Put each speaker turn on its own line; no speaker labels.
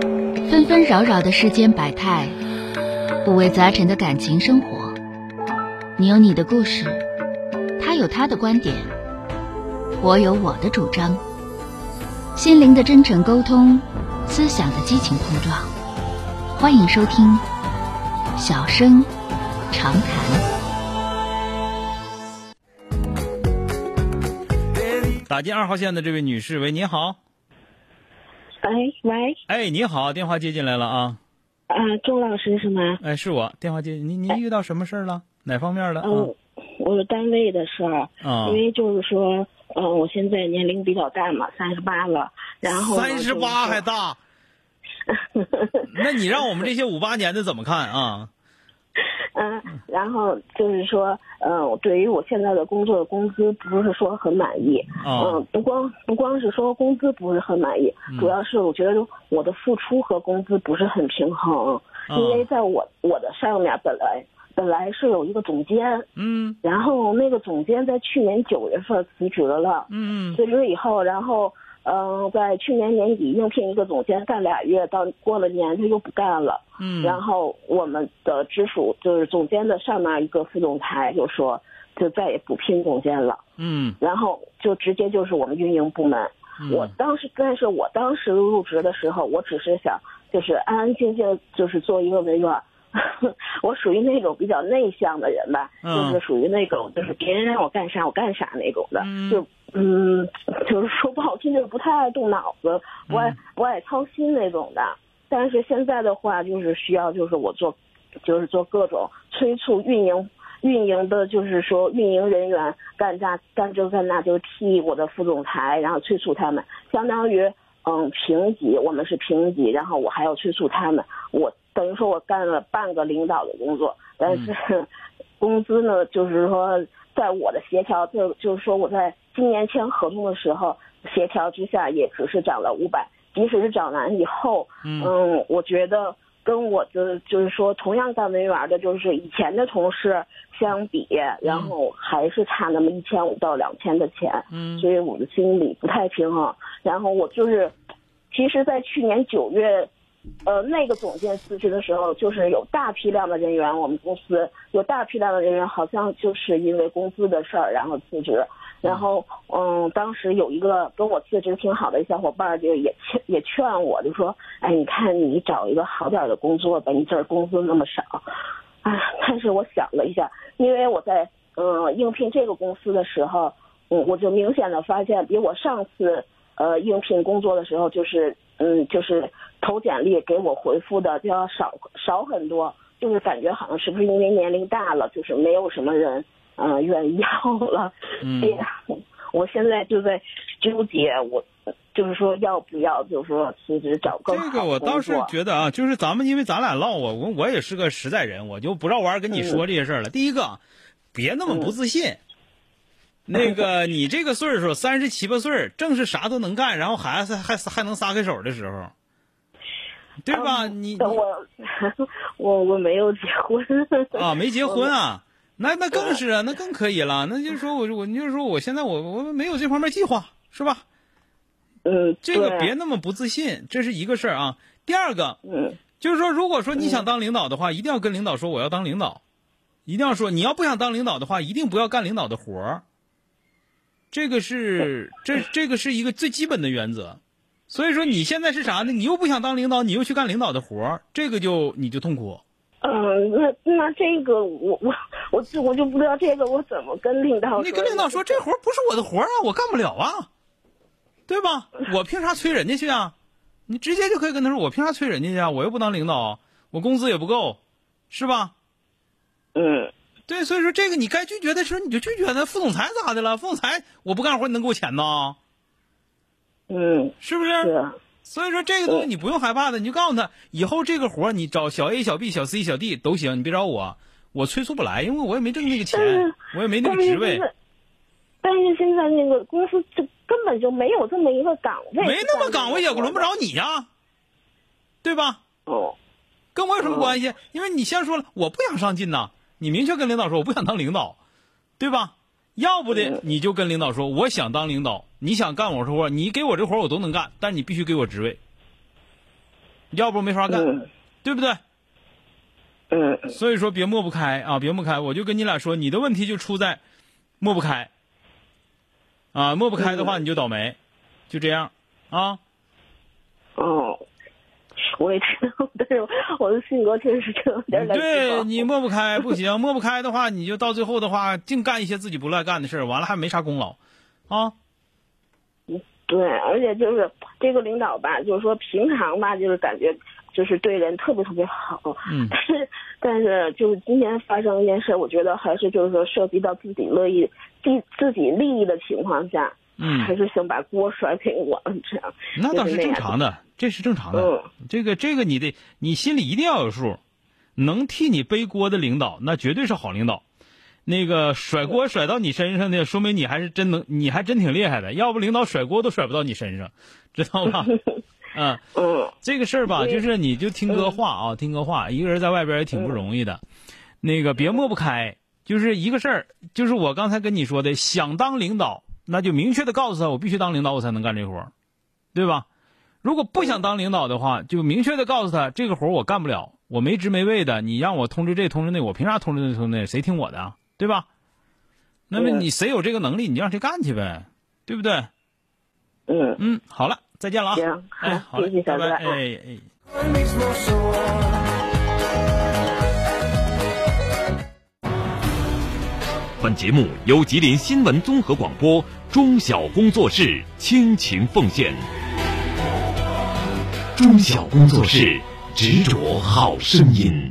纷纷扰扰的世间百态，五味杂陈的感情生活。你有你的故事，他有他的观点，我有我的主张。心灵的真诚沟通，思想的激情碰撞。欢迎收听《小声长谈》。
打进二号线的这位女士，喂，你好。
喂喂，
哎，你好，电话接进来了啊。
啊，周老师是吗？
哎，是我，电话接，您您遇到什么事儿了？哪方面的啊？
哎嗯，我是单位的事儿，
啊
因为就是说，嗯、我现在年龄比较大嘛，三十八了，然后呢
三十八还，
就是说
大，那你让我们这些五八年的怎么看啊？
嗯，然后就是说，嗯，我对于我现在的工作的工资不是说很满意，
啊
嗯，不光不光是说工资不是很满意，
嗯
主要是我觉得我的付出和工资不是很平衡，
啊
嗯因为在我我的上面本来本来是有一个总监，
嗯
然后那个总监在去年九月份辞职了，
嗯
辞职以后，然后嗯、呃在去年年底应聘一个总监干俩月，到过了年他又不干了。
嗯，
然后我们的直属就是总监的上面一个副总裁就说，就再也不聘总监了，
嗯
然后就直接就是我们运营部门。
嗯
我当时，但是我当时入职的时候，我只是想就是安安静静，就是做一个文员。 我属于那种比较内向的人吧，
嗯
就是属于那种就是别人让我干啥我干啥那种的，
嗯
就嗯，就是说不好听，就是不太爱动脑子，不爱、
嗯
不爱操心那种的。但是现在的话，就是需要就是我做，就是做各种催促运营。运营的，就是说运营人员干这干这干那，就是替我的副总裁，然后催促他们，相当于嗯评级，我们是评级，然后我还要催促他们，我等于说我干了半个领导的工作，但是、 工资呢，就是说在我的协调，就就是说我在今年签合同的时候协调之下，也只是涨了五百，即使是涨完以后，
嗯
嗯，我觉得跟我的就是说同样干文员的，就是以前的同事相比，然后还是差那么一千五到两千的钱，
嗯
所以我的心里不太平衡。然后我就是，其实，在去年九月，呃，那个总监辞职的时候，就是有大批量的人员，我们公司有大批量的人员，好像就是因为工资的事儿，然后辞职。然后，嗯，当时有一个跟我辞职挺好的小伙伴儿，就也劝也劝我，就说，哎，你看你找一个好点儿的工作吧，你这儿工资那么少，啊，但是我想了一下，因为我在嗯、呃应聘这个公司的时候，嗯，我就明显的发现，比我上次呃应聘工作的时候，就是嗯就是投简历给我回复的就要少少很多，就是感觉好像是不是因为年龄大了，就是没有什么人嗯、呃愿意 要了。
嗯
哎呀，我现在就在纠结，我就是说要不要，就是说辞职找更好
这
的
个我倒是
工作
觉得啊，就是咱们因为咱俩唠，啊我我我也是个实在人，我就不绕弯儿跟你
嗯
说这些事儿了。第一个，啊别那么不自信。那个，你这个岁数三十七八岁儿，正是啥都能干，然后孩子还还还能撒开手的时候，对吧？
嗯
你你
我我我没有结婚
啊，没结婚啊，那那更是啊，那更可以了。那就是说我我你就是说我现在我我没有这方面计划，是吧？
嗯，
这个
对
别那么不自信，这是一个事儿啊。第二个，
嗯
就是说，如果说你想当领导的话，一定要跟领导说我要当领导，一定要说你要不想当领导的话，一定不要干领导的活儿。这个是这这个是一个最基本的原则。所以说你现在是啥呢？你又不想当领导，你又去干领导的活儿，这个就你就痛苦。
嗯，那那这个我我我就我就不知道这个我怎么跟领导说
你跟领导说这活儿不是我的活儿啊，我干不了啊，对吧？我凭啥催人家去啊？你直接就可以跟他说，我凭啥催人家去啊？我又不当领导，我工资也不够，是吧？
嗯
对，所以说这个你该拒绝的时候你就拒绝他。副总裁咋的了？副总裁我不干活，你能给我钱呐？
嗯
是不
是
是？所以说这个东西你不用害怕的，你就告诉他，以后这个活儿你找小 A、小 B、小 C、小 D 都行，你别找我，我催促不来，因为我也没挣那个钱
嗯，
我也没那
但
个
是
职
现
位，
在但是现在那个公司就根本就没有这么一个岗位，
没那么岗位也轮不着你呀、对吧？
哦
跟我有什么关系？因为你先说了，我不想上进呐，你明确跟领导说我不想当领导，对吧？要不的
嗯
你就跟领导说我想当领导，你想干我这活儿，你给我这活儿我都能干，但你必须给我职位。要不没法干，
嗯
对不对？
嗯
所以说别抹不开啊，别抹不开。我就跟你俩说，你的问题就出在抹不开啊，抹不开的话你就倒霉，就这样啊。
哦，我也知道，但是我的性格确实是这 有点难
嗯对你抹不开不行，抹不开的话，你就到最后的话，净干一些自己不乐意干的事儿，完了还没啥功劳啊。
对，而且就是这个领导吧，就是说平常吧，就是感觉就是对人特别特别好，
嗯
但是但是就是今天发生一件事，我觉得还是就是说涉及到自己乐意、自自己利益的情况下，还
嗯，
是想把锅甩给我这样。
那倒是
就是
正
那样嗯
常的，这是正常的。这个这个你得你心里一定要有数，能替你背锅的领导那绝对是好领导。那个甩
嗯
锅甩到你身上的，说明你还是真能，你还真挺厉害的。要不领导甩锅都甩不到你身上，知道 吧？嗯，
嗯
这个事儿吧，
对
就是你就听哥话啊，听哥话，一个人在外边也挺不容易的，那个别抹不开，就是一个事儿，就是我刚才跟你说的，想当领导，那就明确的告诉他，我必须当领导，我才能干这活儿，对吧？如果不想当领导的话，就明确的告诉他，这个活儿我干不了，我没职没位的，你让我通知这通知那，我凭啥通知那通知那？谁听我的啊？对吧？那么
对
你谁有这个能力，你就让谁干去呗，对不对？
嗯，
嗯，好了，再见了啊！
行，
哎，好
好，
嘞
谢谢，
拜
小哥
拜，
啊。
哎哎。
makes no sore.
《本节目由吉林新闻综合广播中小工作室倾情奉献。中小工作室执着好声音。